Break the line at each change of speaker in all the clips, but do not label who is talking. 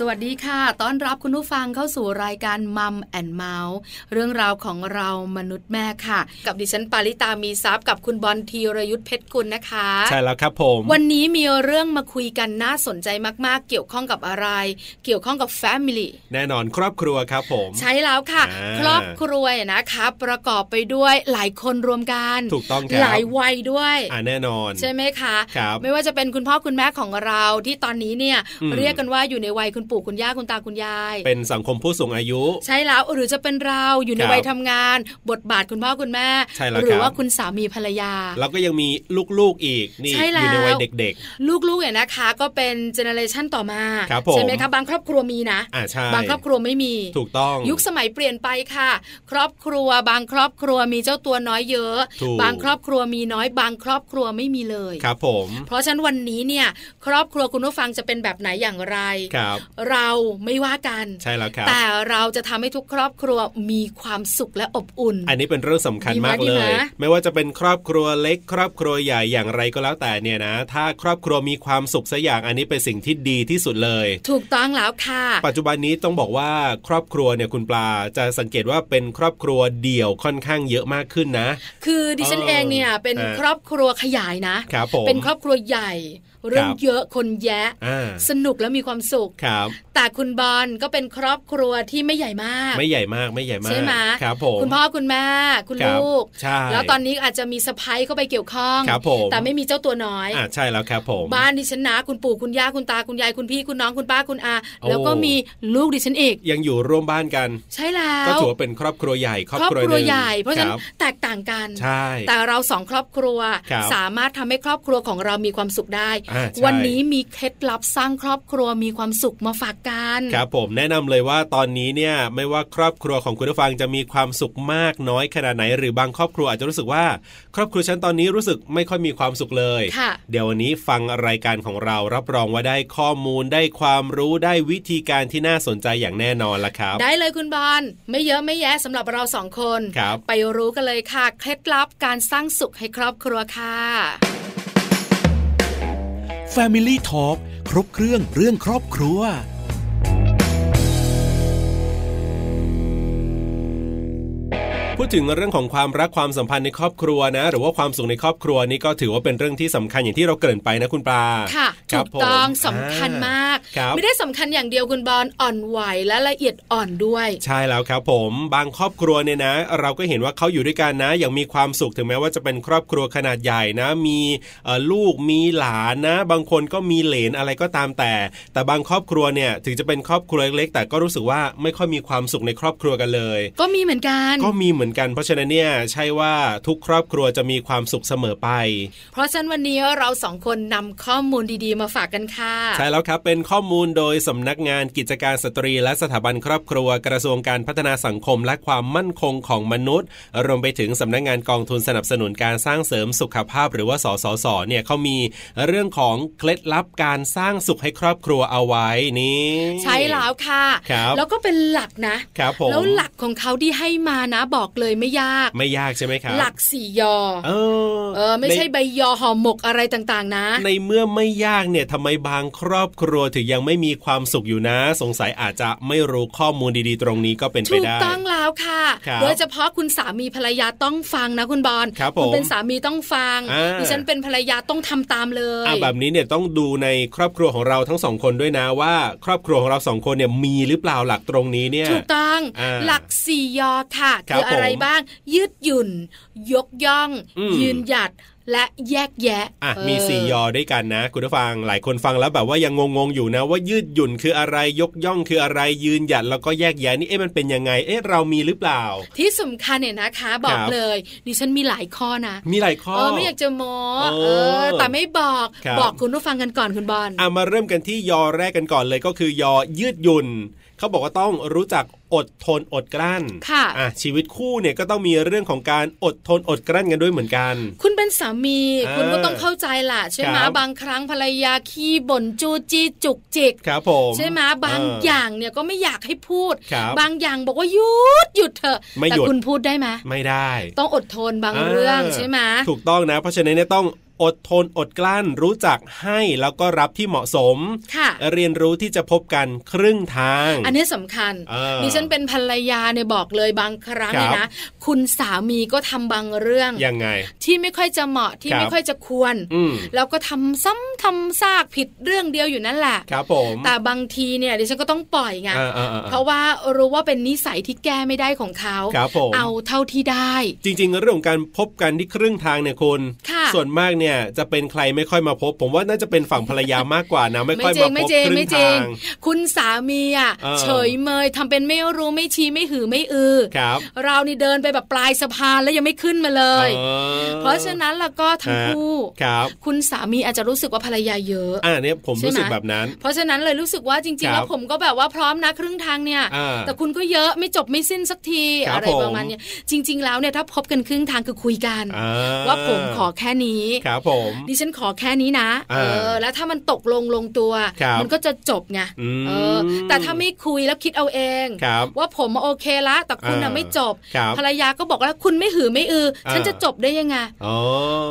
สวัสดีค่ะ ต้อนรับคุณผู้ฟังเข้าสู่รายการมัมแอนเมาส์เรื่องราวของเรามนุษย์แม่ค่ะ กับดิฉันปาริตามีซัพย์กับคุณบอลธีรยุทธเพชรกุลนะคะ
ใช่แล้วครับผม
วันนี้มีเรื่องมาคุยกันน่าสนใจมากๆ เกี่ยวข้องกับอะไร เกี่ยวข้องกับ Family
แน่นอนครอบครัวครับผม
ใช่แล้วค่ะ
อ่า
ครอบครัวเนี่ยนะคะประกอบไปด้วยหลายคนรวมกัน
ถูกต้องครับ
หลายวัยด้วย
อ่าแน่นอน
ใช่ไหมคะ
ครับ
ไม่ว่าจะเป็นคุณพ่อคุณแม่ของเราที่ตอนนี้เนี่ย
อืม
เรียกกันว่าอยู่ในวัยคุณปู่คุณย่าคุณตาคุณยาย
เป็นสังคมผู้สูงอายุ
ใช่แล้วหรือจะเป็นเราอยู่ใน
ครับ
วัยทำงาน บทบาทคุณพ่อคุณแม่
ใช่แล้ว
หรื
ครับ
ว่าคุณสามีภรรยา
แล้วก็ยังมีลูกๆอีกนี่
ใช่แล้ว
อยู่ในวัยเด็ก
ลูกๆเนี่ยนะคะ ก็เป็นเจเนอเรชันต่อมา
ครับผม
ใช่ไหมคะบางครอบครัวมีนะ
ๆ อ่าใช่
บางครอบครัวไม่มี
ถูกต้อง
ยุคสมัยเปลี่ยนไปค่ะ ครอบครัว บางครอบครัวมีเจ้าตัวน้อยเยอะ
ถูก
บางครอบครัวมีน้อย บางครอบครัวไม่มีเลย
ครับผม
เพราะฉะนั้นวันนี้เนี่ย ครอบครัวคุณผู้ฟังจะเป็นแบบไหนอย่างไร
ครับ
เราไม่ว่ากัน
ใช่แล้วครับ
แต่เราจะทำให้ทุกครอบครัวมีความสุขและอบอุ่น
อันนี้เป็นเรื่องสำคัญ
ดีมาม
าก ก
ดี
เล
มาย
ไม่ว่าจะเป็นครอบครัวเล็ก ครอบครัวใหญ่อย่างไรก็แล้วแต่เนี่ยนะ ถ้าครอบครัวมีความสุขสักอย่างอันนี้เป็นสิ่งที่ดีที่สุดเลย
ถูกต้องแล้วค่ะ
ปัจจุบันนี้ต้องบอกว่าครอบครัวเนี่ยคุณปลาจะสังเกตว่าเป็นครอบครัวเดี่ยวค่อนข้างเยอะมากขึ้นนะ
คือดิฉัน
เออ
เองเนี่ยเป็น
เออ
ครอบครัวขยายนะ
ครับผม
เป็นครอบครัวใหญ่ เรื่อง
ครับ
เยอะคนแยะ
อ่า
สนุกและมีความสุข
ครับ
แต่คุณบอลก็เป็นครอบครัวที่ไม่ใหญ่มาก
ไม่ใหญ่มากไม่ใหญ่มาก
ใช่ไหม
ครับผม
คุณพ่อคุณแม่คุณ
ครับ
ลูก
ใช่
แล้วตอนนี้อาจจะมีสะพ้ายเข้าไปเกี่ยวข้อง
ครับผม
แต่ไม่มีเจ้าตัวน้อย
อ่าใช่แล้วครับผม
บ้านดิฉันนะคุณปู่คุณย่าคุณตาคุณยายคุณพี่คุณน้องคุณป้าคุณอา
โอ้
แล้วก็มีลูกดิฉันอีก
ยังอยู่ร่วมบ้านกัน
ใช่แล้
ก็
ว
ถือว่าเป็นครอบครัวใหญ่ครอบ
ครอบ
ครัว
ครัว
นึ่ง
ใหญ่เพราะฉะนั้น
คบ
แตกต่างกัน
ใช่
แต่เราสองครอบครัว
ครับ
สามารถทำให้ครอบครัวของเรามีความสุขได้
อ่าใช่
วันนี้มีเคล็ดลับสร้างครอบครัวมีความสุขมาฝากกัน
ครับผมแนะนำเลยว่าตอนนี้เนี่ยไม่ว่าครอบครัวของคุณผู้ฟังจะมีความสุขมากน้อยขนาดไหน หรือบางครอบครัวอาจจะรู้สึกว่า ครอบครัวฉันตอนนี้รู้สึกไม่ค่อยมีความสุขเลย
ค่ะ
เดี๋ยววันนี้ฟังรายการของเรารับรองว่าได้ข้อมูลได้ความรู้ได้วิธีการที่น่าสนใจอย่างแน่นอนละครับ
ได้เลยคุณบอลไม่เยอะไม่แย่สำหรับเราสองคน
ครับ
ไปรู้กันเลยค่ะ เคล็ดลับการสร้างสุขให้ครอบครัวค่ะ
Family Talk ครบเครื่องเรื่องครอบครัว
พูดถึงเรื่องของความรักความสัมพันธ์ในครอบครัวนะ หรือว่าความสุขในครอบครัวนี่ก็ถือว่าเป็นเรื่องที่สำคัญอย่างที่เราเกริ่นไปนะคุณปลา
ค่ะ
รั
ถู
บ
กต้อง
ผม
สำคัญมาก
ครับ
ไม่ได้สำคัญอย่างเดียวคุณบอลอ่อนไหวและละเอียดอ่อนด้วย
ใช่แล้วครับผมบางครอบครัวเนี่ยนะ เราก็เห็นว่าเขาอยู่ด้วยกันนะ อย่างมีความสุขถึงแม้ว่าจะเป็นครอบครัวขนาดใหญ่นะ มีเอ่อลูกมีหลานนะ บางคนก็มีเหลนอะไรก็ตามแต่ แต่บางครอบครัวเนี่ยถึงจะเป็นครอบครัวเล็กๆแต่ก็รู้สึกว่าไม่ค่อยมีความสุขในครอบครัวกันเลย
ก็มีเหมือนกัน
ก็มีเหมือนกันเพราะฉะนั้นเนี่ยใช่ว่าทุกครอบครัวจะมีความสุขเสมอไป
เพราะฉะนั้นวันนี้เราสองคนนำข้อมูลดีๆมาฝากกันค่ะ
ใช่แล้วครับ เป็นข้อมูลโดยสำนักงานกิจการสตรี และสถาบันครอบครัวกระทรวงการพัฒนาสังคมและความมั่นคงของมนุษย์ รวมไปถึงสำนักงานกองทุนสนับสนุนการสร้างเสริมสุขภาพ หรือว่าสสสเนี่ยเขามีเรื่องของเคล็ดลับการสร้างสุขให้ครอบครัวเอาไว้นี่
ใช้แล้วค่ะ
ครับ
แล้วก็เป็นหลักนะ
ครับผม
แล้วหลักของเขาที่ให้มานะบอกเลยไม่ยาก
ไม่ยากใช่ไหมครับ
หลักสี่ยอ
เออ
เออไม่ใช่
ใน
ใบยอห่อหมกอะไรต่างๆ นะ
ในเมื่อไม่ยากเนี่ยทำไมบางครอบครัวถึงยังไม่มีความสุขอยู่นะ สงสัยอาจจะไม่รู้ข้อมูลดีๆ ตรงนี้ก็เป็นไป
ถูก
ได้
ต้องแล้วค่ะ
ครับ
โดยเฉพาะคุณสามีภรรยาต้องฟังนะคุณบอล
ครับผม
ณเป็นสามีต้องฟัง
อ่า
ดิฉันเป็นภรรยาต้องทำตามเลย
อ่ะแบบนี้เนี่ยต้องดูในครอบครัวของเราทั้งสองคนด้วยนะว่า ครอบครัวของเราสองคนเนี่ยมีหรือเปล่าหลักตรงนี้เนี่ย
ถูกต้อง
อ่า
หลักสี่ยอค่ะ
ค
คื
รับ
ออะไร
ผม
บ้าง ยืดหยุ่น ยกย่อง
อืม
ยืนหยัดและแยกแยะ
อ่ะ
เออ
มีสี่ยอด้วยกันนะ คุณผู้ฟังหลายคนฟังแล้วแบบว่ายังงงๆอยู่นะ ว่ายืดหยุ่นคืออะไรยกย่องคืออะไรยืนหยัดแล้วก็แยกแยะนี่เอ๊ะมันเป็นยังไง เอ๊ะเรามีหรือเปล่า
ที่สำคัญเนี่ยนะคะ บอก
ครับ
เลยดิฉันมีหลายข้อนะ
มีหลายข้อ
เออไม่อยากจะโม
เออ
เออ แต่ไม่บอก
ครับ
บอกคุณผู้ฟังกันก่อนคุณบอล
อ่ะมาเริ่มกันที่ยอแรกกันก่อนเลยก็คือยอยืดหยุ่นเขาบอกว่าต้องรู้จัก อดทนอดกลั้น
ค่ะ
อ่ชีวิตคู่เนี่ยก็ต้องมีเรื่องของการอดทนอดกลั้นกันด้วยเหมือนกัน
คุณเป็นสามี
เออ
คุณก็ต้องเข้าใจล่ะใช่ไหม
ครับ
บางครั้งภรรยาขี้บ่นจูจี้จุกจิก
ครับผม
ใช่ไหมบาง
เ
อย่างเนี่ยก็ไม่อยากให้พูด
ครับ
บางอย่างบอกว่าหยุดหยุดเถอะ
ไม่
แต่
หยุด
คุณพูดได้ไหม
ไม่ได้
ต้องอดทนบางเรื่องใช่ไหม
ถูกต้องนะ เพราะฉะนั้นเนี่ยต้องอดทนอดกลั้นรู้จักให้แล้วก็รับที่เหมาะสม
ค่ะ
เรียนรู้ที่จะพบกันครึ่งทาง
อันนี้สำคัญ
เออ
ดิฉันเป็นภรรยาเนี่ยบอกเลยบางครั้ง
ครับ
เนี่ยนะคุณสามีก็ทำบางเรื่อง
ยังไง
ที่ไม่ค่อยจะเหมาะที่
ครับ
ไม่ค่อยจะควร
อืม
แล้วก็ทำซ้ำทำซากผิดเรื่องเดียวอยู่นั่นแหละ
ครับผม
แต่บางทีเนี่ยดิฉันก็ต้องปล่อยไง
อ่าอ่าอ่า
เพราะว่ารู้ว่าเป็นนิสัยที่แก้ไม่ได้ของเขา
ครับผม
เอาเท่าที่ได้
จริงๆ เรื่องของการพบกันที่ครึ่งทางเนี่ยคุณ
ค่ะ
ส่วนมากเนี่ยจะเป็นใครไม่ค่อยมาพบ ผมว่าน่าจะเป็นฝั่งภรรยามากกว่านะ ไม่ค่อยมาพ
ไม่
บ
เจง
ครึ่
ไม่
ง
เจ
ทาง ง
คุณสามีอ่ะ
เออ
เฉยเมยทำเป็นไม่รู้ไม่ชี้ไม่หือไม่อือ
ครับ
เรานี่เดินไปแบบปลายสะพานแล้วยังไม่ขึ้นมาเลย
ออ
เพราะฉะนั้นแล้วก็ทั้งคู่
ครับ
คุณสามีอาจจะรู้สึกว่าภรรยาเยอะ
อ่าเนี่ยผม
ใช่ไหม
รู้สึกแบบนั้น
เพราะฉะนั้นเลยรู้สึกว่าจริง
ค
ๆ
รับ
แล้วผมก็แบบว่าพร้อมนะครึ่งทางเนี่ย
อ่า
แต่คุณก็เยอะไม่จบไม่สิ้นสักที
ครับ
อะไรประมาณ
ผม
เนี้ยจริง ๆ แล้วเนี่ยถ้าพบกันครึ่งทางคือคุยกัน
อ่
ว่าผมขอแค่นี้
ครับผม
ดิฉันขอแค่นี้นะ
อ่า
เออ แล้วถ้ามันตกลงลงตัว
ครับ
มันก็จะจบไง
อืม
เออ แต่ถ้าไม่คุยแล้วคิดเอาเอง
ครับ
ว่าผมโอเคละแต่คุณน่ะ
อ่า
ไม่จบ
ครับ
ภรรยาก็บอกว่าคุณไม่หือไม่อือ
อ่า
ฉันจะจบได้ยังไง
อ๋อ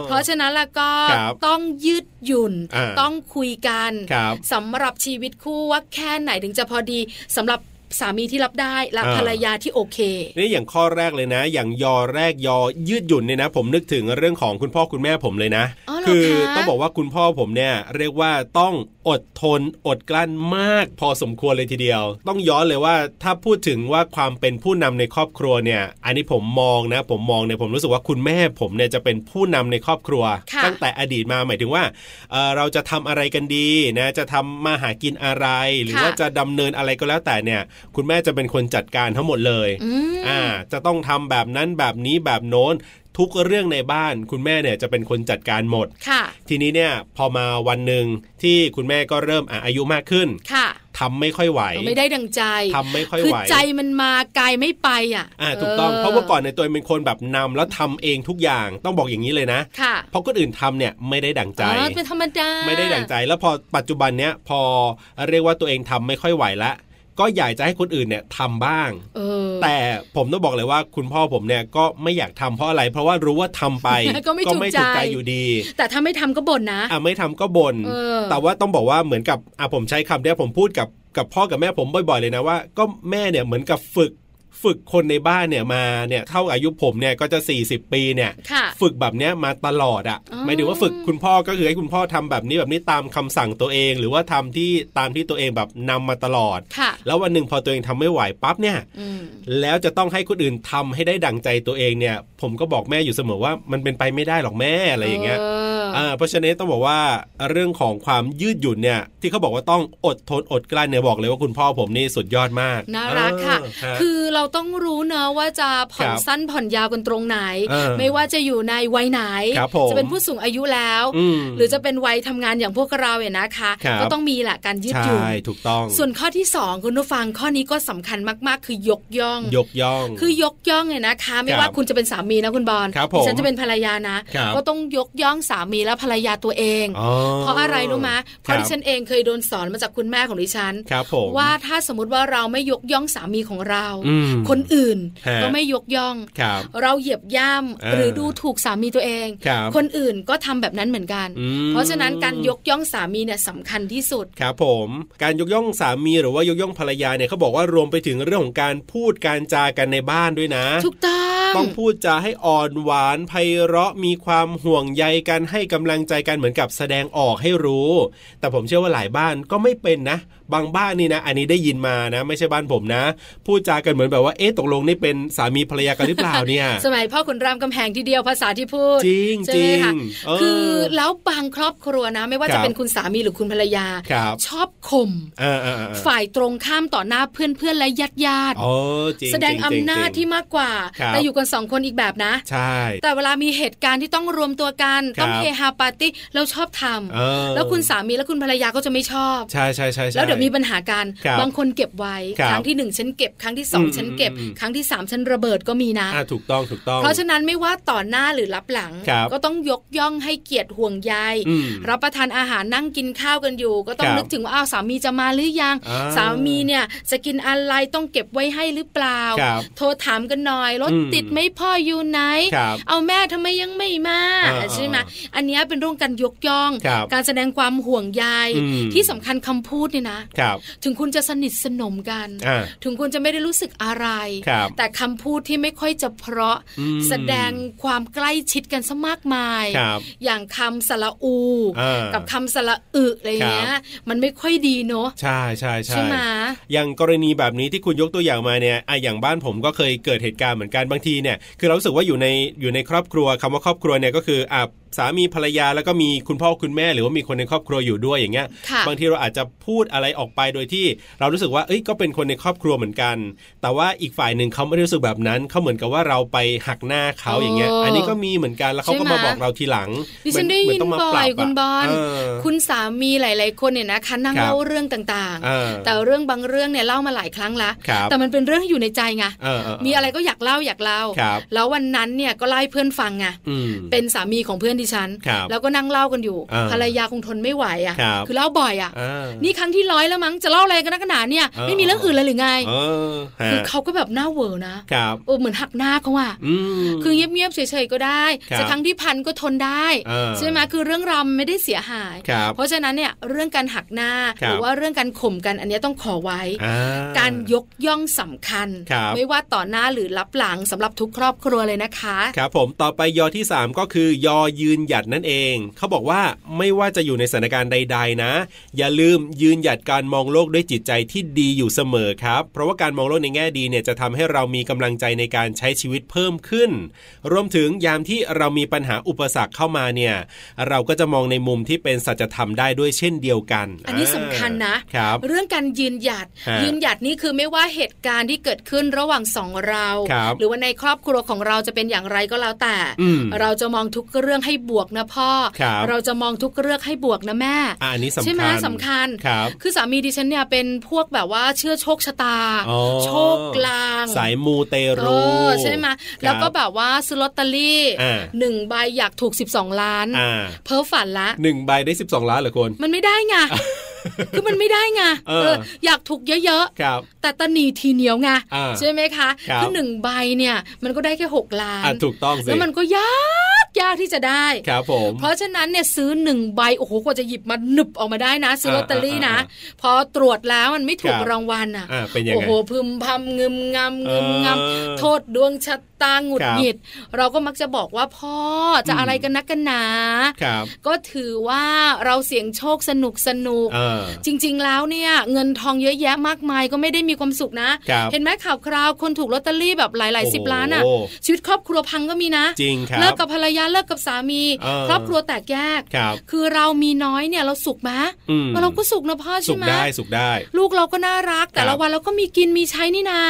เพราะฉะนั้นแล้วก็
ครับ
ต้องยืดหยุ่น
อ่า
ต้องคุยกัน
ครับ
สำหรับชีวิตคู่ว่าแค่ไหนถึงจะพอดีสำหรับสามีที่รับได้และ
อ่า
ภรรยาที่โอเค
นี่อย่างข้อแรกเลยนะ อย่างยอแรกยอยืดหยุ่นเนี่ยนะ ผมนึกถึงเรื่องของคุณพ่อคุณแม่ผมเลยนะ
อ๋อเหรอ
คื
คะ
ต้องบอกว่าคุณพ่อผมเนี่ยเรียกว่าต้องอดทนอดกลั้นมากพอสมควรเลยทีเดียว ต้องย้อนเลยว่าถ้าพูดถึงว่าความเป็นผู้นำในครอบครัวเนี่ย อันนี้ผมมองนะ ผมมองเนี่ยผมรู้สึกว่าคุณแม่ผมเนี่ยจะเป็นผู้นำในครอบครัว
ค่ะ
ตั้งแต่อดีตมาหมายถึงว่าเอ่อเราจะทำอะไรกันดีนะจะทำมาหากินอะไร หรือ
ค่ะ
ว่าจะดำเนินอะไรก็แล้วแต่เนี่ย คุณแม่จะเป็นคนจัดการทั้งหมดเลย
อืม
อ่าจะต้องทำแบบนั้นแบบนี้แบบโน้น ทุกเรื่องในบ้าน คุณแม่เนี่ยจะเป็นคนจัดการหมด
ค่ะ
ทีนี้เนี่ยพอมาวันหนึ่งที่คุณแม่ก็เริ่มอ่ะอายุมากขึ้น
ค่ะ
ทำไม่ค่อยไหว
ไม่ได้ดังใจ
ทำไม่ค่อย
คือ
ไหว
ใจมันมากายไม่ไปอ่ะ
อ่าถูกต้องเพราะว่าก่อนในยตัวเองเป็นคนแบบนำแล้วทำเองทุกอย่างต้องบอกอย่างนี้เลยนะ
ค่ะ
เพราะคนอื่นทำเนี่ยไม่ได้ดั่งใจ
อ๋อเป็นธรรมดา
ไม่ได้ดั่งใจแล้วพอปัจจุบันเนี้ยพอเรียกว่าตัวเองทำไม่ค่อยไหวละก็อยากจะให้คนอื่นเนี่ยทำบ้าง
เออ
แต่ผมต้องบอกเลยว่าคุณพ่อผมเนี่ยก็ไม่อยากทำเพราะอะไร เพราะว่ารู้ว่าทำไป
ก็ไม่ถู
ถู
ก
ก
ใจ
ใจอยู่ดี
แต่ถ้าไม่ทำก็บ่นนะ
อ่ะไม่ทำก็บน่น
เออ
แต่ว่าต้องบอกว่าเหมือนกับอ่ะผมใช้คำเนี้ยผมพูดกับกับพ่อกับแม่ผมบ่อยๆเลยนะว่า ก็แม่เนี่ยเหมือนกับฝึกฝึกคนในบ้านเนี่ยมาเนี่ยเท่าอายุผมเนี่ยก็จะ 40 ปีเนี่ย
ค่ะ
ฝึกแบบเนี้ยมาตลอดอะ
อ๋อ
่ะหมายถึงว่าฝึกคุณพ่อก็คือให้คุณพ่อทำแบบนี้แบบนี้ตามคำสั่งตัวเอง หรือว่าทำที่ตามที่ตัวเองแบบนำมาตลอด
ค่ะ
แล้ววันหนึ่งพอตัวเองทำไม่ไหวปั๊บเนี่ย
อืม
แล้วจะต้องให้คนอื่นทำให้ได้ดั่งใจตัวเองเนี่ย ผมก็บอกแม่อยู่เสมอว่ามันเป็นไปไม่ได้หรอกแม่อะไรอย่างเงี้ย
ออ
อ่าเพราะฉะนั้นต้องบอกว่าเรื่องของความยืดหยุ่นเนี่ย ที่เขาบอกว่าต้องอดทนอดกลั้นเนี่ยบอกเลยว่าคุณพ่อผมนี่สุดยอดมาก
น่ารักค่ะ
เออฮะ
คือเราต้องรู้เนอะว่าจะผ่อน
ครับ
สั้นผ่อนยาวกันตรงไหน
เออ
ไม่ว่าจะอยู่ในวัยไหน
ครับผม
จะเป็นผู้สูงอายุแล้ว
ม
หรือจะเป็นวัยทำงานอย่างพวกเราเนี่ยนะคะ
ครับ
ก็ต้องมีแหละการยืดหยุ่น
ใช่ถูกต้อง
ส่วนข้อที่สองคุณผู้ฟังข้อนี้ก็สำคัญมากๆ คือยกย่อง
ยกย่อง
คือยกย่องเนี่ยนะคะ ไม่
ครับ
ว่าคุณจะเป็นสามีนะคุณบอล
ครับผม
ดิฉันจะเป็นภรรยานะ
ครับ
ก็ต้องยกย่องสามีและภรรยาตัวเอง
อ๋อ
เพราะอะไรรู้ไหมยเพราะ
คบ
ดิฉันเองเคยโดนสอนมาจากคุณแม่ของดิฉัน
ครับผม
ว่าถ้าสมมติว่าเราไม่ยกย่องสามีของเรา
อืม
คนอื่น
ฮะ
ก็ไม่ยกย่อง
ครับ
เราเหยียบย่
เอ
ำ
อ
หรือดูถูกสามีตัวเอง
ครับ
คนอื่นก็ทำแบบนั้นเหมือนกัน
อืม
เพราะฉะนั้นการยกย่องสามีเนี่ยสำคัญที่สุด
ครับผมการยกย่องสามีหรือว่ายกย่องภรรยาเนี่ยเขาบอกว่ารวมไปถึงเรื่องของการพูดการจากันในบ้านด้วยนะ
ถูกต้อง
ต้องพูดจาให้อ่อนหวานไพเราะมีความห่วงใยกันให้กำลังใจกันเหมือนกับแสดงออกให้รู้ แต่ผมเชื่อว่าหลายบ้านก็ไม่เป็นนะ บางบ้านนี่นะ อันนี้ได้ยินมานะ ไม่ใช่บ้านผมนะ พูดจากันเหมือนแบบ ว่าเอ๊ะตกลงนี่เป็นสามีภรรยากันหรือเปล่าเนี่ย
สมัยพ่อขุนรามคำแหงทีเดียวภาษาที่พูด
จริง
ใช่
จ
ไห
ริ
ม
ง
คะ
เออ
คือแล้วบางครอบครัวนะ ไม่ว่า
ครั
จะ
บ
เป็นคุณสามีหรือคุณภรรยา
ครับ
ชอบข่ม
เออเออเออเออ
ฝ่ายตรงข้ามต่อหน้าเพื่อนๆและญาติญาติๆ
โอ้จริง
แสดง
จริ
อำนาจ
จริ
ที่
ง
มากกว่า
ครับ
แต่อยู่กันสองคนอีกแบบนะ
ใช่
แต่เวลามีเหตุการณ์ที่ต้องรวมตัวกันต้องเฮฮาปาร์ตี้เราชอบท
เอ
ำ
อ
แล้วคุณสามีและคุณภรรยาก็จะไม่ชอบ
ใช่ใช่ใช่ใช่
แล้วเดี๋ยวมีปัญหาการ
ครับ
งคนเก็บไว้
ครับ
ครั้งที่หนึ่งฉันเก็บครั้งที่สอง
อืม
ฉันเก็บ
อืมอืม
ครั้งที่สามฉันระเบิดก็มีนะ
อ่ะถูกต้องถูกต้อง
เพราะฉะนั้นไม่ว่าต่อหน้าหรือรับหลัง
ครับ
ก็ต้องยกย่องให้เกียรติห่วงใย
อืม
รับประทานอาหารนั่งกินข้าวกันอยู่ ก็ต้อ
ค
ง
รับ
นึกถึงว่าอ้าวสามีจะมาหรือยัง
อ่า
สามีเนี่ยจะกินอะไรต้องเก็บไว้ให้หรือเปล่า
ครับ
โทรถามกันหน่อยรถ
อืม
ติดไหมพ่ออยู่ไหน
ครับ
เอาแม่ทำไมยังไม่มา
อ่า
ใช่ไหม
อ่า
อันเนี้ยเป็นเรื่องการยกย่อง
ครับ
การแสดงความห่วงใย
อืม
ที่สำคัญคำพูดเนี่ยนะ
ครับ
ถึงคุณจะสนิทสนมกัน
อ่า
ถึงคุณจะไม่ได้รู้สึกอะไร
ครับ
แต่คำพูดที่ไม่ค่อยจะเพราะ
อืม
แสดงความใกล้ชิดกันซะมากมาย
ครับ
อย่างคำสระอู
อ่า
กับคำสระอึอะไรเงี้
ครั
ย
บ
มันไม่ค่อยดีเนอะ
ใช่ใช่ใช่
ไหม
อย่างกรณีแบบนี้ที่คุณยกตัวอย่างมาเนี่ยอ่ะอย่างบ้านผมก็เคยเกิดเหตุการณ์เหมือนกันบางทีเนี่ย คือเรารู้สึกว่าอยู่ในอยู่ในครอบครัวคำว่าครอบครัวเนี่ยก็คืออ่ะสามีภรรยาแล้วก็มีคุณพ่อคุณแม่ หรือว่ามีคนในครอบครัวอยู่ด้วยอย่างเงี้ย
ค่ะ
บางทีเราอาจจะพูดอะไรออกไปโดยที่เรารู้สึกว่าเอ้ยก็เป็นคนในครอบครัวเหมือนกัน แต่ว่าอีกฝ่ายหนึ่งเขาไม่ได้รู้สึกแบบนั้นเขาเหมือนกับว่าเราไปหักหน้าเขา
โอ้
อย่างเงี้ย อันนี้ก็มีเหมือนกันแล้วเขาก็
ใช่ไหม
มาบอกเราทีหลัง
ดิฉันได้
เหมื
ยิน
ต้องมา
บ่อ
ปรับ
ยคุณบอล
เ
คุณสามีหลาย ๆ คนเนี่ยนะคะนั่ง
ครับ
เล่าเรื่องต่าง
เออ
ๆ แต่เรื่องบางเรื่องเนี่ยเล่ามาหลายครั้งละ
ครับ
แต่มันเป็นเรื่องที่อยู่ในใจไง
เอเเ
มีอะไรก็อยากเล่าอยากเล่า
ครับ
แล้ววันนั้นเนี่ยก็เล่าให้เพื่อนฟังไง
อืม
เป็นสามีของเพื่อนดิฉัน
ครับ
แล้วก็นั่งเล่ากันอยู่
อ่า
ภรรยาคงทนไม่ไหว
ครั
อะ่ะ
บ
คือเล่าบ่อยอะ่ะ
อ่า
นี่ครั้งที่ร้อยแล้วมั้ง จะเล่าอะไรกันนักหนาเนี่ย
อ่า
ไม่มีเรื่องอื่นเลยหรือไง
เออฮะ
คือเขาก็แบบหน้าเหวอนะครับ เออเหมือนหักหน้าเขาอ่ะ
อืม
คือเงียบๆเฉยๆก็ได้
ครับ
จะครั้งที่พันก็ทนได้
อ่า
ใช่ไหมคือเรื่องราวมันไม่ได้เสียหาย
ครับ
เพราะฉะนั้นเนี่ยเรื่องการหักหน้า
ค
ห
รับ
รืว่าเรื่องการข่มกันอันเนี้ยต้องขอไว้
อ่
การยกย่องสำคัญ
ครับ
ไม่ว่าต่อหน้าหรือรับหลังสำหรับทุกครอบครัวเลยนะคะ
ครับผมต่อไปยอที่ 3 ก็คือยอยืนหยัดนั่นเอง เขาบอกว่าไม่ว่าจะอยู่ในสถานการณ์ใด ๆ นะ อย่าลืมยืนหยัดการมองโลกด้วยจิตใจที่ดีอยู่เสมอครับ เพราะว่าการมองโลกในแง่ดีเนี่ยจะทำให้เรามีกำลังใจในการใช้ชีวิตเพิ่มขึ้น รวมถึงยามที่เรามีปัญหาอุปสรรคเข้ามาเนี่ย เราก็จะมองในมุมที่เป็นสัจธรรมได้ด้วยเช่นเดียวกัน
อันนี้สำคัญนะ
ครับ
เรื่องการยืนหยัด
ฮะ
ยืนหยัดนี่คือไม่ว่าเหตุการณ์ที่เกิดขึ้นระหว่างสองเรา
ครับ
หรือว่าในครอบครัวของเราจะเป็นอย่างไรก็แล้วแต่
อืม
เราจะมองทุกเรื่องให้บวกนะพ่อ
ครับ
เราจะมองทุกเรื่องให้บวกนะแม่
อะอันนี้สำคัญ
ใช่ไหมสำคัญ
ครับ
คือสามีดิฉันเนี่ยเป็นพวกแบบว่าเชื่อโชคชะตา
อ๋อ
โชคลาง
สายมูเตรู
เออใช่ไหมแล้วก็แบบว่าซื้อลอตเตอรี่
อ่า
หนึ่งใบอยากถูก 12 ล้าน
อ่า
เพ้อฝันละ
หนึ่งใบได้ 12 ล้านเหรอคุณ
มันไม่ได้ไง คือมันไม่ได้ไง
เออ
อยากถูกเยอะ
ครับ
ๆ แต่ตะหนีทีเหนียวไง
อ่า
ใช่ไหมคะ
ครับ
หนึ่งใบเนี่ยมันก็ได้แค่หกล้าน
อ่ะถูกต้องสิ
แล้วมันก็ยากยากที่จะได้
ครับผม
เพราะฉะนั้นเนี่ยซื้อหนึ่งใบโอ้โหกว่าจะหยิบมาหนึบออกมาได้นะ ซื้อลอตเตอรี่นะ
อ่า
พอตรวจแล้วมันไม่ถูก
ครับ
รางวัลอ่ะ
อ่าเป็นยัง
โอ้
ไง
โหพึมพำงึมงำงึมง
เออ
ำโทษดวงชะตาหงุดหงิด เราก็มักจะบอกว่าพ่อจะ
อืม
อะไรกันนักกันหนา
ครับ
ก็ถือว่าเราเสี่ยงโชคสนุกสนุก
อ่า
จริง ๆ แล้วเนี่ย เงินทองเยอะแยะมากมายก็ไม่ได้มีความสุขนะ
ครับ
เห็นไหมข่าวคราวคนถูกลอตเตอรี่แบบหลาย ๆ สิบ
โอ้โห
ล้านอะ่ะ ชีวิตครอบครัวพังก็มีนะ
จริงครับ
เลิกกับภรรยาเลิกกับสามี
เออ
ครอบครัวแตกแยก
ครับ
คือเรามีน้อยเนี่ยเราสุขไหม
อืม
เราก็สุขนะพ่อ
สุ
ใช่
ก
ไหม
ได้สุกได้
ลูกเราก็น่ารัก แต่
ครั
ละ
บ
วันเราก็มีกินมีใช้นี่นา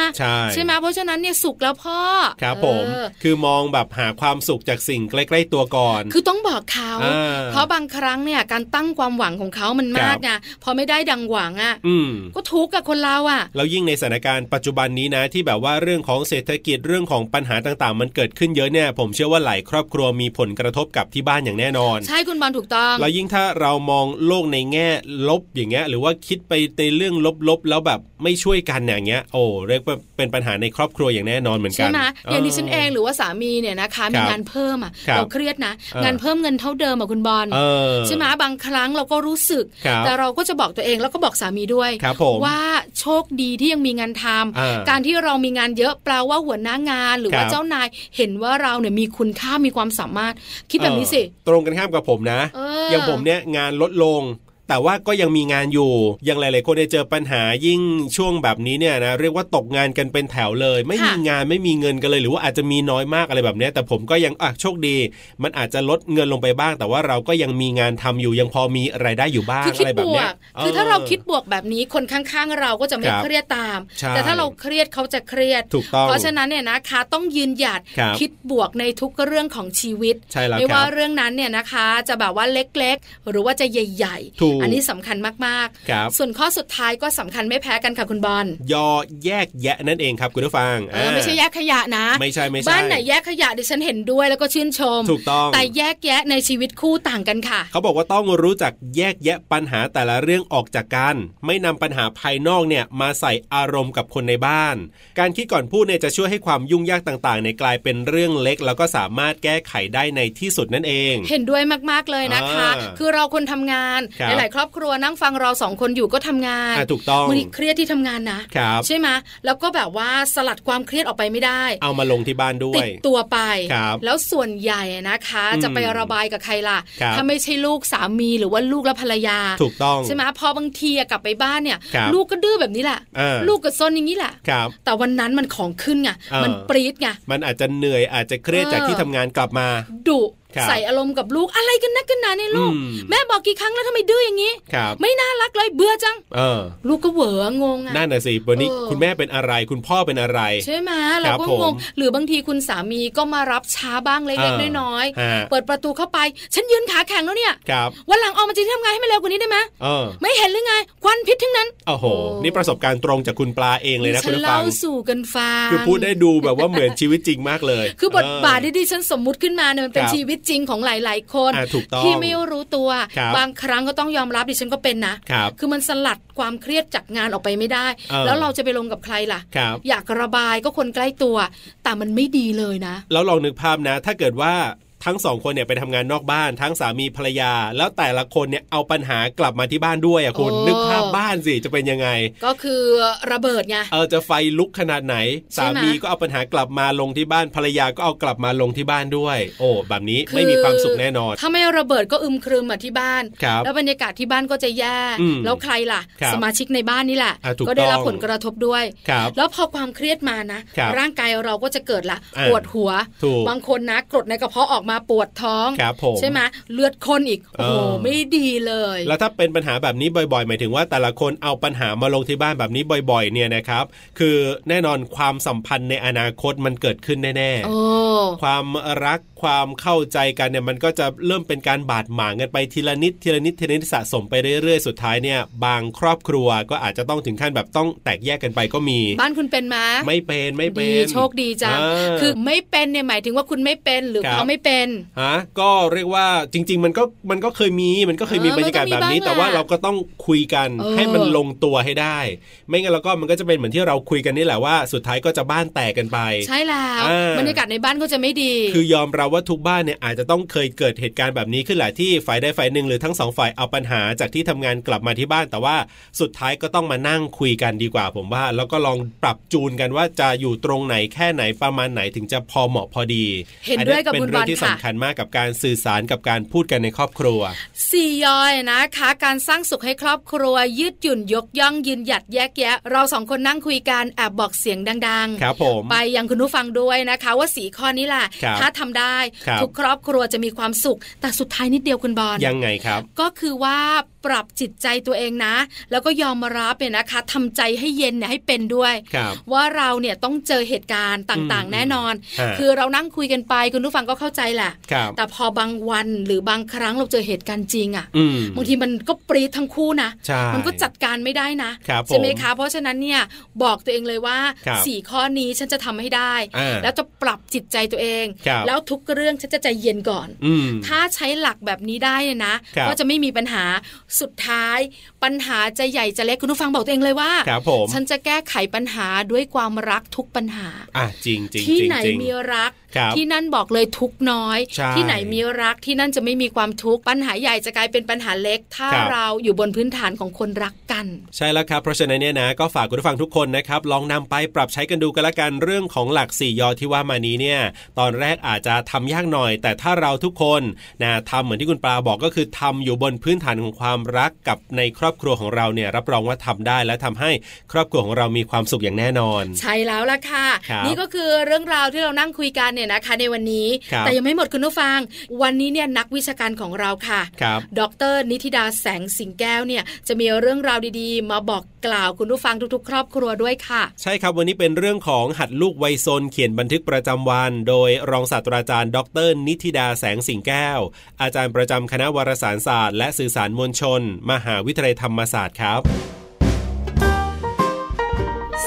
ใช่
ไหมเพราะฉะนั้นเนี่ยสุขแล้วพ่อ
ครับผม
เออ
คือมองแบบหาความสุขจากสิ่งใกล้ๆตัวก่อน
คือต้องบอกเขา
อ่า
เพราะบางครั้งเนี่ยการตั้งความหวังของเขามันมากไงพอไม่ได้ดังหวังอ่ะ
อืม
ก็ทุกข์กับคนเราอ่ะ
แล้วยิ่งในสถานการณ์ปัจจุบันนี้นะ ที่แบบว่าเรื่องของเศรษฐกิจเรื่องของปัญหาต่างๆ มันเกิดขึ้นเยอะเนี่ย ผมเชื่อว่าหลายครอบครัวมีผลกระทบกับที่บ้านอย่างแน่นอน
ใช่คุณบอลถูกต้อง
แล้วยิ่งถ้าเรามองโลกในแง่ลบอย่างเงี้ย หรือว่าคิดไปในเรื่องลบๆ แล้วแบบไม่ช่วยกันเนี่ยอย่างเงี้ย โอ้เรียกว่าเป็นปัญหาในครอบครัวอย่างแน่นอนเหมือนกั
ใช่
น
ไหมอย่างดิฉันเองหรือว่าสามีเนี่ยนะคะมีงานเพิ่มอ่ะ
ครับ
เราเครียดนะ
เออ
งานเพิ่มเงินเท่าเดิมอ่ะคุณบอล
เออ
ใช่ไหมบางครั้งเราก็รู้สึก
ครับ
แต่เราก็จะบอกตัวเองแล้วก็บอกสามีด้วย
ครับผม
ว่าโชคดีที่ยังมีงานทำ
อ่า
การที่เรามีงานเยอะแปลว่าหัวหน้างานหรือว่า
ครับ
เจ้านายเห็นว่าเราเนี่ยมีคุณค่ามีความสามารถคิดแบบนี้สิ
เออตรงกันข้ามกับผมนะ
เอออ
ย่างผมเนี่ยงานลดลง แต่ว่าก็ยังมีงานอยู่ ยังหลาย ๆ คนเนี่ยเจอปัญหายิ่งช่วงแบบนี้เนี่ยนะเรียกว่าตกงานกันเป็นแถวเลย ไม่มี
ค่ะ
งานไม่มีเงินกันเลย หรือว่าอาจจะมีน้อยมากอะไรแบบเนี้ยแต่ผมก็ยังอ่ะโชคดี มันอาจจะลดเงินลงไปบ้าง แต่ว่าเราก็ยังมีงานทำอยู่ยังพอมีรายได้อยู่บ้าง
คือคิ
อะ
ด
ไรแบบ บ
ว
เนี้ย
ก คือถ้า
ออ
เราคิดบวกแบบนี้คนข้างๆเราก็จะไม่
ครับ
เครียดตาม
ใช่
แต่ถ้าเราเครียดเขาจะเครียด
ถูกต้อง
เพราะฉะนั้นเนี่ยนะคะต้องยืนหยัด
ครับ
คิดบวกในทุกเรื่องของชีวิต
ใช่แล้ว
ไม่ว่า
ครับ
เรื่องนั้นเนี่ยนะคะจะแบบว่าเล็กๆ หรือว่าจะใหญ่
ถูก
อันี้สำคัญมาก
ครับ
ๆ ส่วนข้อสุดท้ายก็สำคัญไม่แพ้กันค่ะคุณบอล
ยอแยกแยะนั่นเองครับคุณผู้ฟัง
เออไม่ใช่แยกขยะนะ
ไม่ใช่ไม่ใช่
บ้านไหนแยกขยะดิฉันเห็นด้วยแล้วก็ชื่นชม
ถูกต้อง
แต่แยกแยะในชีวิตคู่ต่างกันค่ะ
เขาบอกว่าต้องรู้จักแยกแยะปัญหาแต่ละเรื่องออกจากกัน ไม่นำปัญหาภายนอกเนี่ยมาใส่อารมณ์กับคนในบ้าน การคิดก่อนพูดเนี่ยจะช่วยให้ความยุ่งยากต่างๆในยกลายเป็นเรื่องเล็ก แล้วก็สามารถแก้ไขได้ในที่สุดนั่นเอง
เห็นด้วยมากๆเลยนะคะ
อ่า
คือเราคนทำงาน
ครับ
หลาย ๆ ครอบครัวนั่งฟังเราสองคนอยู่ก็ทำงาน
อ่ะถูกต้อง
บางทีเครียดที่ทำงานนะ
ครับ
ใช่ไหมแล้วก็แบบว่าสลัดความเครียดออกไปไม่ได้
เอามาลงที่บ้านด้ว
ติ
ย
ดตัวไป
ครับ
แล้วส่วนใหญ่นะคะ
อืม
จะไประบายกับใครล่ะ
ครับ
ถ้าไม่ใช่ลูกสามีหรือว่าลูกและภรรยา
ถูกต้อง
ใช่ไหมพอบางทีอะกลับไปบ้านเนี่ย
ครับ
ลูกก็ดื้อแบบนี้แหละ
เออ
ลูกก็ซนอย่างนี้แหละ
ครับ
แต่วันนั้นมันของขึ้นไง
เออ
มันปรี๊ดไง
มันอาจจะเหนื่อยอาจจะเครียดจาก
เออ
ที่ทำงานกลับมา
ดุ
ครับ
ใส่อารมณ์กับลูกอะไรกันนักกันหนาเนี่ยลูก
อืม
แม่บอกกี่ครั้งแล้วทำไมดื้ออย่างนี้
ครับ
ไม่น่ารักเลยเบื่อจัง
เออ
ลูกก็เหวองงอะ
นั่นน่ะสิวันนี้
เออ
คุณแม่เป็นอะไร คุณพ่อเป็นอะไร
ใช่ไหมเราก็
ครับผ
ง
ม
งหรือบางทีคุณสามีก็มารับช้าบ้างเล็ก
เออ
ๆน้อย
ฮะ
ๆเปิดประตูเข้าไป ฉันยืนขาแข็งแล้วเนี่ย
ครับ
วันหลังออกมาจะทำงานให้มันเร็วกว่านี้ได้ไหม
เออ
ไม่เห็นหรือไง ควันพิษทั้งนั้น
โอ้โห นี่ประสบการณ์ตรงจากคุณปลาเองเลยนะ
ดิ
คุ
ฉั
ณ
น
ผู้ฟั
เล่าง สู่กันฟัง
คือพูดได้ดูแบบว่าเหมือนชีวิตจริงมากเลย
คือบทบาทที่ดิฉันสมมุติขึ้นมาเนี่ยมันเป็
คน รับ
ชีวิตจริงของหลาย ๆ คน
อ่ะถูกต้อง
ที่ไม่รู้ตัว
ครับ
บางครั้งก็ต้องยอมรับดิฉันก็เป็นนะ
ครับ
คือมันสลัดความเครียดจากงานออกไปไม่ได้
เออ
แล้วเราจะไปลงกับใครล่ะ
ครับ
อยากระบายก็คนใกล้ตัว แต่มันไม่ดีเลยนะ
แล้วลองนึกภาพนะ ถ้าเกิดว่าทั้งสองคนเนี่ยไปทำงานนอกบ้าน ทั้งสามีภรรยา แล้วแต่ละคนเนี่ยเอาปัญหากลับมาที่บ้านด้วยอ่ะคุณ
โอ้
นึกภาพบ้านสิจะเป็นยังไง
ก็คือระเบิดไง
เออจะไฟลุกขนาดไหน
ใช่
สา
ไหม
มีก็เอาปัญหากลับมาลงที่บ้านภรรยาก็เอากลับมาลงที่บ้านด้วย โอ้แบบนี้ไม่มีความสุขแน่นอน
ถ้าไม่ระเบิดก็อึมครึมอ่ะที่บ้าน
ครับ
แล้วบรรยากาศที่บ้านก็จะแย่
อืม
แล้วใครล่ะ
ครับ
สมาชิกในบ้านนี่แหละ
อ่ะถูก
ก็ได้รับ
ต้อง
ผลกระทบด้วย
ครับ
แล้วพอความเครียดมานะ
ครับ
ร่างกายเราก็จะเกิดละ
อ่า
ปวดหัว
ถูก
บางคนนะกรดในกระเพาะออกมาปวดท้อง
ครับผม
ใช่ไหมเลือดข้นอีก โอ้โห
เออ
ไม่ดีเลย
แล้วถ้าเป็นปัญหาแบบนี้บ่อยๆ หมายถึงว่าแต่ละคนเอาปัญหามาลงที่บ้านแบบนี้บ่อยๆ เนี่ยนะครับ คือแน่นอนความสัมพันธ์ในอนาคตมันเกิดขึ้นแน่
โอ้
ๆ ความรักความเข้าใจกันเนี่ยมันก็จะเริ่มเป็นการบาดหมางกันไปทีละนิดทีละนิดทีละนิดสะสมไปเรื่อยๆ สุดท้ายเนี่ยบางครอบครัวก็อาจจะต้องถึงขั้นแบบต้องแตกแยกกันไปก็มี
บ้านคุณเป็นไหม
ไม่เป็นไม่เป็
ดี
น
โชคดีจัง
เ
คือไม่เป็นเนี่ยหมายถึงว่าคุณไม่เป็นหรือ
ครับ
เขาไม่เป็น
ฮะก็เรียกว่าจริง ๆ มันก็มันก็เคยมีมันก็เคยมี
เออบ
รรยากาศ
มันก็มี
แบบนี้
บ้าง
แต่ว่า
อะ
เราก็ต้องคุยกัน
เออ
ให้มันลงตัวให้ได้ ไม่งั้นแล้วก็มันก็จะเป็นเหมือนที่เราคุยกันนี่แหละว่าสุดท้ายก็จะบ้านแตกกันไป
ใช่แล้ว
อ่า
บรรยากาศในบ้านก็จะไม่ดี
คือยอมรับว่าทุกบ้านเนี่ยอาจจะต้องเคยเกิดเหตุการณ์แบบนี้ขึ้นแหละที่ฝ่ายใดฝ่ายหนึ่งหรือทั้งสองฝ่ายเอาปัญหาจากที่ทำงานกลับมาที่บ้าน แต่ว่าสุดท้ายก็ต้องมานั่งคุยกันดีกว่า ผมว่า แล้วก็ลองปรับจูนกันว่าจะอยู่ตรงไหนแค่ไหนประมาณไหนถึงจะพอเหมาะพอดี
เห็นด้วยกับ
อั
คุณ
เป็น
บอล
เรื่องที่
ค่ะ
สำคัญมากกับการสื่อสารกับการพูดกันในครอบครัว
สี่ยอยนะคะ การสร้างสุขให้ครอบครัว ยืดหยุ่นยกย่องยืนหยัดแยกแยะ เราสองคนนั่งคุยกันแอบบอกเสียงดัง
ครับผม
ๆ ไปยังคุณผู้ฟังด้วยนะคะ ว่าสีข้อนี้แหละ
ครับ
ถ้าทำได้
ครับ
ทุกครอบครัวจะมีความสุข แต่สุดท้ายนิดเดียวคุณบอล
ยังไงครับ
ก็คือว่าปรับจิตใจตัวเองนะ แล้วก็ยอมรับเนี่ยนะคะทำใจให้เย็นเนี่ยให้เป็นด้วย
ครับ
ว่าเราเนี่ยต้องเจอเหตุการณ์ต่าง
อื
ๆ
ม
แน่นอน
ฮะ
คือเรานั่งคุยกันไปคุณผู้ฟังก็เข้าใจแหละ
ครับ
แต่พอบางวันหรือบางครั้งเราเจอเหตุการณ์จริงอะ่ะ
อืม
บางทีมันก็ปรีดทั้งคู่นะ
ใช่
มันก็จัดการไม่ได้นะครับ ใช่ไหม
ผม
คะเพราะฉะนั้นเนี่ยบอกตัวเองเลยว่า
ครับ
สี่ข้อนี้ฉันจะทำให้ได้
อ่า
แล้วจะปรับจิตใจตัวเอง
ครับ
แล้วทุกเรื่องฉันจะใจเย็นก่อน
อืม
ถ้าใช้หลักแบบนี้ได้เนี่ยนะ
ครับ
ก็จะไม่มีปัญหาสุดท้าย ปัญหาจะใหญ่จะเล็กคุณผู้ฟังบอกตัวเองเลยว่า
ครับผม
ฉันจะแก้ไขปัญหาด้วยความรักทุกปัญหา
อ่ะจริงจริง
ที่
จริง
ไหน
จริง
มีรัก
ครับ
ที่นั่นบอกเลยทุกข์น้อย
ใช่
ที่ไหนมีรักที่นั่นจะไม่มีความทุกข์ปัญหาใหญ่จะกลายเป็นปัญหาเล็ก ถ้า
ครับ
เราอยู่บนพื้นฐานของคนรักกัน
ใช่แล้วครับ เพราะฉะนั้นเนี่ยนะก็ฝากคุณผู้ฟังทุกคนนะครับ ลองนำไปปรับใช้กันดูกันละกันเรื่องของหลัก 4 ยอที่ว่ามานี้เนี่ย ตอนแรกอาจจะทำยากหน่อย แต่ถ้าเราทุกคนนะทำเหมือนที่คุณปลาบอกก็คือทำอยู่บนพื้นฐานของความรักกับในครอบครัวของเราเนี่ยรับรองว่าทำได้และทำให้ครอบครัวของเรามีความสุขอย่างแน่นอน
ใช่แล้วล่ะค่ะ
ครับ
นี่ก็คือเรื่องราวที่เรานั่งคุยกันเนี่ยนะคะ ในวันนี้
ครับ
แต่ยังไม่หมดคุณผู้ฟัง วันนี้เนี่ยนักวิชาการของเราค่ะ
ครับ
ดรนิติดาแสงสิงแก้วเนี่ยจะมีเรื่องราวดีๆ มาบอกกล่าวคุณผู้ฟังทุกๆ ครอบครัวด้วยค่ะ
ใช่ครับ วันนี้เป็นเรื่องของหัดลูกไวยโซนเขียนบันทึกประจำวัน โดยรองศาสตราจารย์ ดร นิติดาแสงสิงแก้ว อาจารย์ประจำคณะวารสารศาสตร์ และสื่อสารมวลชน มหาวิทยาลัยธรรมศาสตร์ครับ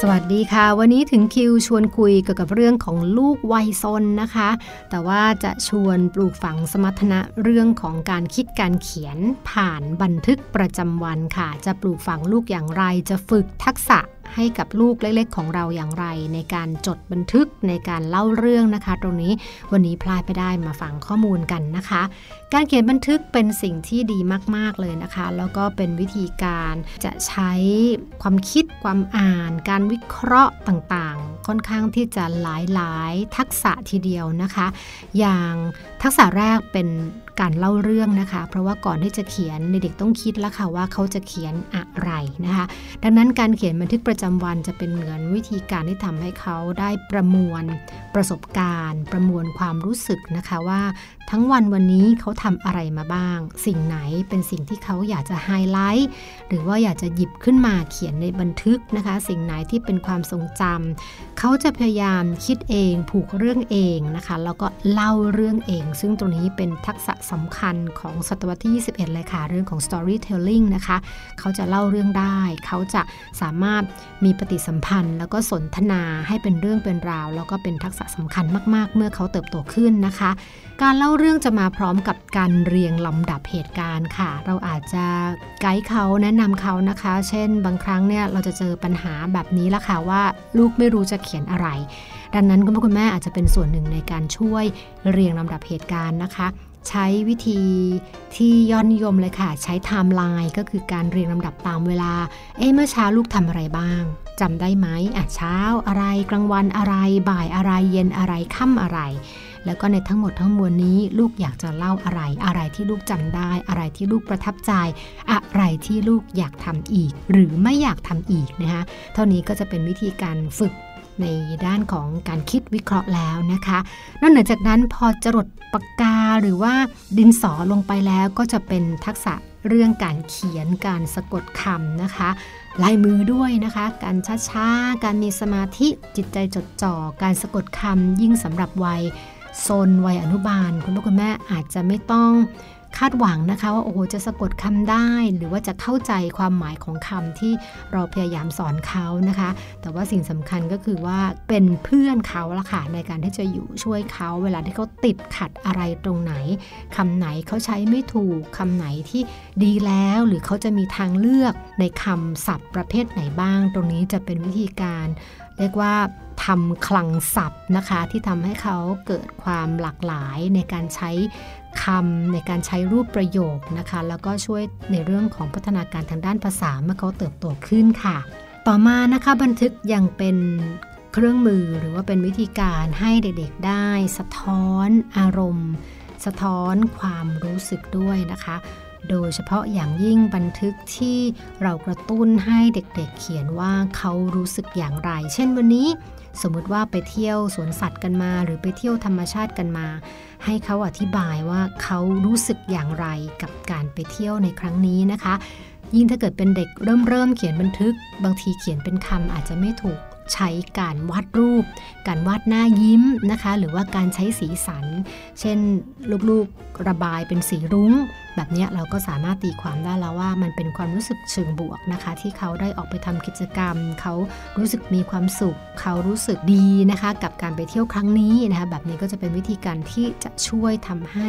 สวัสดีค่ะ วันนี้ถึงคิวชวนคุยเกี่ยวกับเรื่องของลูกวัยซนนะคะ แต่ว่าจะชวนปลูกฝังสมรรถนะเรื่องของการคิดการเขียนผ่านบันทึกประจำวันค่ะ จะปลูกฝังลูกอย่างไร จะฝึกทักษะให้กับลูกเล็กๆ ของเราอย่างไร ในการจดบันทึกในการเล่าเรื่องนะคะ ตรงนี้วันนี้พลาดไปได้มาฟังข้อมูลกันนะคะ การเขียนบันทึกเป็นสิ่งที่ดีมาก ๆ เลยนะคะ แล้วก็เป็นวิธีการจะใช้ความคิดความอ่าน การวิเคราะห์ต่างๆ ค่อนข้างที่จะหลายๆ ทักษะทีเดียวนะคะ อย่างทักษะแรกเป็นการเล่าเรื่องนะคะ เพราะว่าก่อนที่จะเขียนเด็กๆต้องคิดแล้วค่ะว่าเขาจะเขียนอะไรนะคะ ดังนั้นการเขียนบันทึกประจำวันจะเป็นเหมือนวิธีการที่ทำให้เขาได้ประมวลประสบการณ์ ประมวลความรู้สึกนะคะว่า ทั้งวันวันนี้เขาทำอะไรมาบ้าง สิ่งไหนเป็นสิ่งที่เขาอยากจะไฮไลท์หรือว่าอยากจะหยิบขึ้นมาเขียนในบันทึกนะคะ สิ่งไหนที่เป็นความทรงจำเขาจะพยายามคิดเองผูกเรื่องเองนะคะ แล้วก็เล่าเรื่องเอง ซึ่งตรงนี้เป็นทักษะสำคัญของศตวรรษที่ 21 เลยค่ะ เรื่องของ storytelling นะคะ เขาจะเล่าเรื่องได้ เขาจะสามารถมีปฏิสัมพันธ์ แล้วก็สนทนาให้เป็นเรื่องเป็นราว แล้วก็เป็นทักษะสำคัญมาก ๆ เมื่อเขาเติบโตขึ้นนะคะ การเล่าเรื่องจะมาพร้อมกับการเรียงลำดับเหตุการณ์ค่ะ เราอาจจะไกด์เขาแนะนำเขานะคะ เช่น บางครั้งเนี่ยเราจะเจอปัญหาแบบนี้ละค่ะว่าลูกไม่รู้จะเขียนอะไร ดังนั้นคุณพ่อคุณแม่อาจจะเป็นส่วนหนึ่งในการช่วยเรียงลำดับเหตุการณ์นะคะ ใช้วิธีที่ยอดนิยมเลยค่ะ ใช้ไทม์ไลน์ก็คือการเรียงลำดับตามเวลา เอ๊ะเมื่อเช้าลูกทำอะไรบ้างจำได้ไหมอ่ะเช้าอะไรกลางวันอะไร บ่ายอะไรเย็นอะไรค่ำอะไร แล้วก็ในทั้งหมดทั้งมวลนี้ลูกอยากจะเล่าอะไร อะไรที่ลูกจำได้ อะไรที่ลูกประทับใจ อะไรที่ลูกอยากทำอีก หรือไม่อยากทำอีกนะคะเท่านี้ก็จะเป็นวิธีการฝึกในด้านของการคิดวิเคราะห์แล้วนะคะ นอกเหนือจากนั้นพอจรดปากกาหรือว่าดินสอลงไปแล้วก็จะเป็นทักษะเรื่องการเขียนการสะกดคำนะคะ ลายมือด้วยนะคะ การช้าๆ การมีสมาธิจิตใจจดจ่อ การสะกดคำยิ่งสำหรับวัย โซนวัยอนุบาล คุณพ่อคุณแม่อาจจะไม่ต้องคาดหวังนะคะ ว่าโอ้โหจะสะกดคำได้ หรือว่าจะเข้าใจความหมายของคำที่เราพยายามสอนเขานะคะ แต่ว่าสิ่งสำคัญก็คือว่าเป็นเพื่อนเขาละค่ะในการที่จะอยู่ช่วยเขาเวลาที่เขาติดขัดอะไรตรงไหนคำไหนเขาใช้ไม่ถูกคำไหนที่ดีแล้วหรือเขาจะมีทางเลือกในคำศัพท์ประเภทไหนบ้าง ตรงนี้จะเป็นวิธีการ เรียกว่าทำคลังศัพท์นะคะที่ทำให้เขาเกิดความหลากหลายในการใช้คำในการใช้รูปประโยคนะคะ แล้วก็ช่วยในเรื่องของพัฒนาการทางด้านภาษาเมื่อเขาเติบโตขึ้นค่ะ ต่อมานะคะบันทึกยังเป็นเครื่องมือหรือว่าเป็นวิธีการให้เด็กๆได้ สะท้อนอารมณ์ สะท้อนความรู้สึกด้วยนะคะ โดยเฉพาะอย่างยิ่งบันทึกที่เรากระตุ้นให้เด็กๆเขียนว่าเขารู้สึกอย่างไร เช่นวันนี้ สมมุติว่าไปเที่ยวสวนสัตว์กันมา หรือไปเที่ยวธรรมชาติกันมา ให้เขาอธิบายว่าเขารู้สึกอย่างไรกับการไปเที่ยวในครั้งนี้นะคะ ยิ่งถ้าเกิดเป็นเด็กเริ่มเริ่มเขียนบันทึก บางทีเขียนเป็นคำอาจจะไม่ถูกใช้การวาดรูป การวาดหน้ายิ้มนะคะ หรือว่าการใช้สีสัน เช่นลูกๆระบายเป็นสีรุง้ง แบบเนี้ยเราก็สามารถตีความได้แล้วว่ามันเป็นความรู้สึกเชิงบวกนะคะ ที่เขาได้ออกไปทำกิจกรรม เขารู้สึกมีความสุข เขารู้สึกดีนะคะ กับการไปเที่ยวครั้งนี้นะคะ แบบนี้ก็จะเป็นวิธีการที่จะช่วยทำให้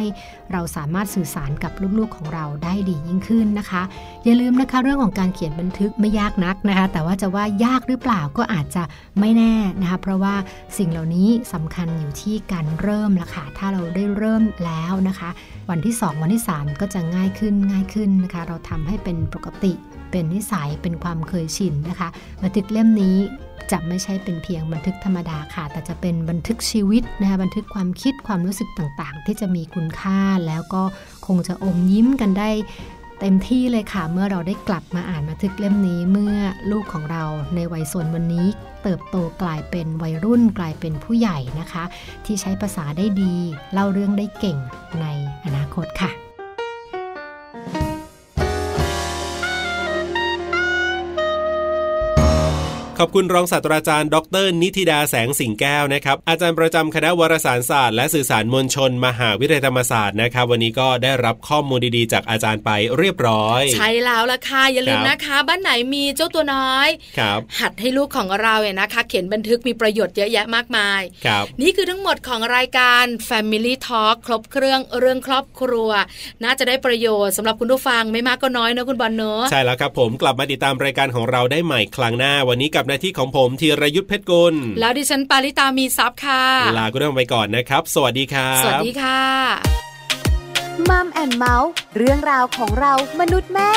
เราสามารถสื่อสารกับลูกๆของเราได้ดียิ่งขึ้นนะคะ อย่าลืมนะคะเรื่องของการเขียนบันทึกไม่ยากนักนะคะ แต่ว่าจะว่ายากหรือเปล่าก็อาจจะไม่แน่นะคะ เพราะว่าสิ่งเหล่านี้สำคัญอยู่ที่การเริ่มละค่ะถ้าเราได้เริ่มแล้วนะคะ วันที่ 2 วันที่ 3 ก็จะง่ายขึ้นง่ายขึ้นนะคะ เราทำให้เป็นปกติ เป็นนิสัยเป็นความเคยชินนะคะ บันทึกเล่มนี้จะไม่ใช่เป็นเพียงบันทึกธรรมดาค่ะ แต่จะเป็นบันทึกชีวิตนะคะบันทึกความคิดความรู้สึกต่างๆ ที่จะมีคุณค่าแล้วก็คงจะอมยิ้มกันได้ เต็มที่เลยค่ะ เมื่อเราได้กลับมาอ่านบันทึกเล่มนี้เมื่อลูกของเราในวัยส่วนวันนี้ เติบโตกลายเป็นวัยรุ่นกลายเป็นผู้ใหญ่นะคะ ที่ใช้ภาษาได้ดี เล่าเรื่องได้เก่งในอนาคตค่ะ
ขอบคุณรองศาสตราจารย์ดร นิติดาแสงสิงแก้วนะครับอาจารย์ประจำคณะวารสารศาสตร์และสื่อสารมวลชน มหาวิทยาลัยธรรมศาสตร์นะครับ วันนี้ก็ได้รับข้อมูลดีๆ จากอาจารย์ไปเรียบร้อย
ใช่แล้วล่ะค่ะอย่าลืม
ครับ
นะคะ บ้านไหนมีเจ้าตัวน้อย
ครับ
หัดให้ลูกของเราเนี่ยนะคะ เขียนบันทึกมีประโยชน์เยอะแยะมากมาย
ครับ
นี่คือทั้งหมดของรายการ Family Talk ครบเครื่องเรื่องครอบครัว น่าจะได้ประโยชน์สำหรับคุณผู้ฟังไม่มากก็น้อยเนอะคุณบอลเนอะ
ใช่แล้วครับผมกลับมาติดตามรายการของเราได้ใหม่ครั้งหน้า วันนี้กับหน้าที่ของผมธีรยุทธเพชรกุล
แล้วดิฉันปาริตามีซับค่ะ
ลาคุณผู้ชมไปก่อนนะครับ สวัสดีครับ
สวัสดีค่ะ
มัมแอนเมาส์เรื่องราวของเรามนุษย์แม่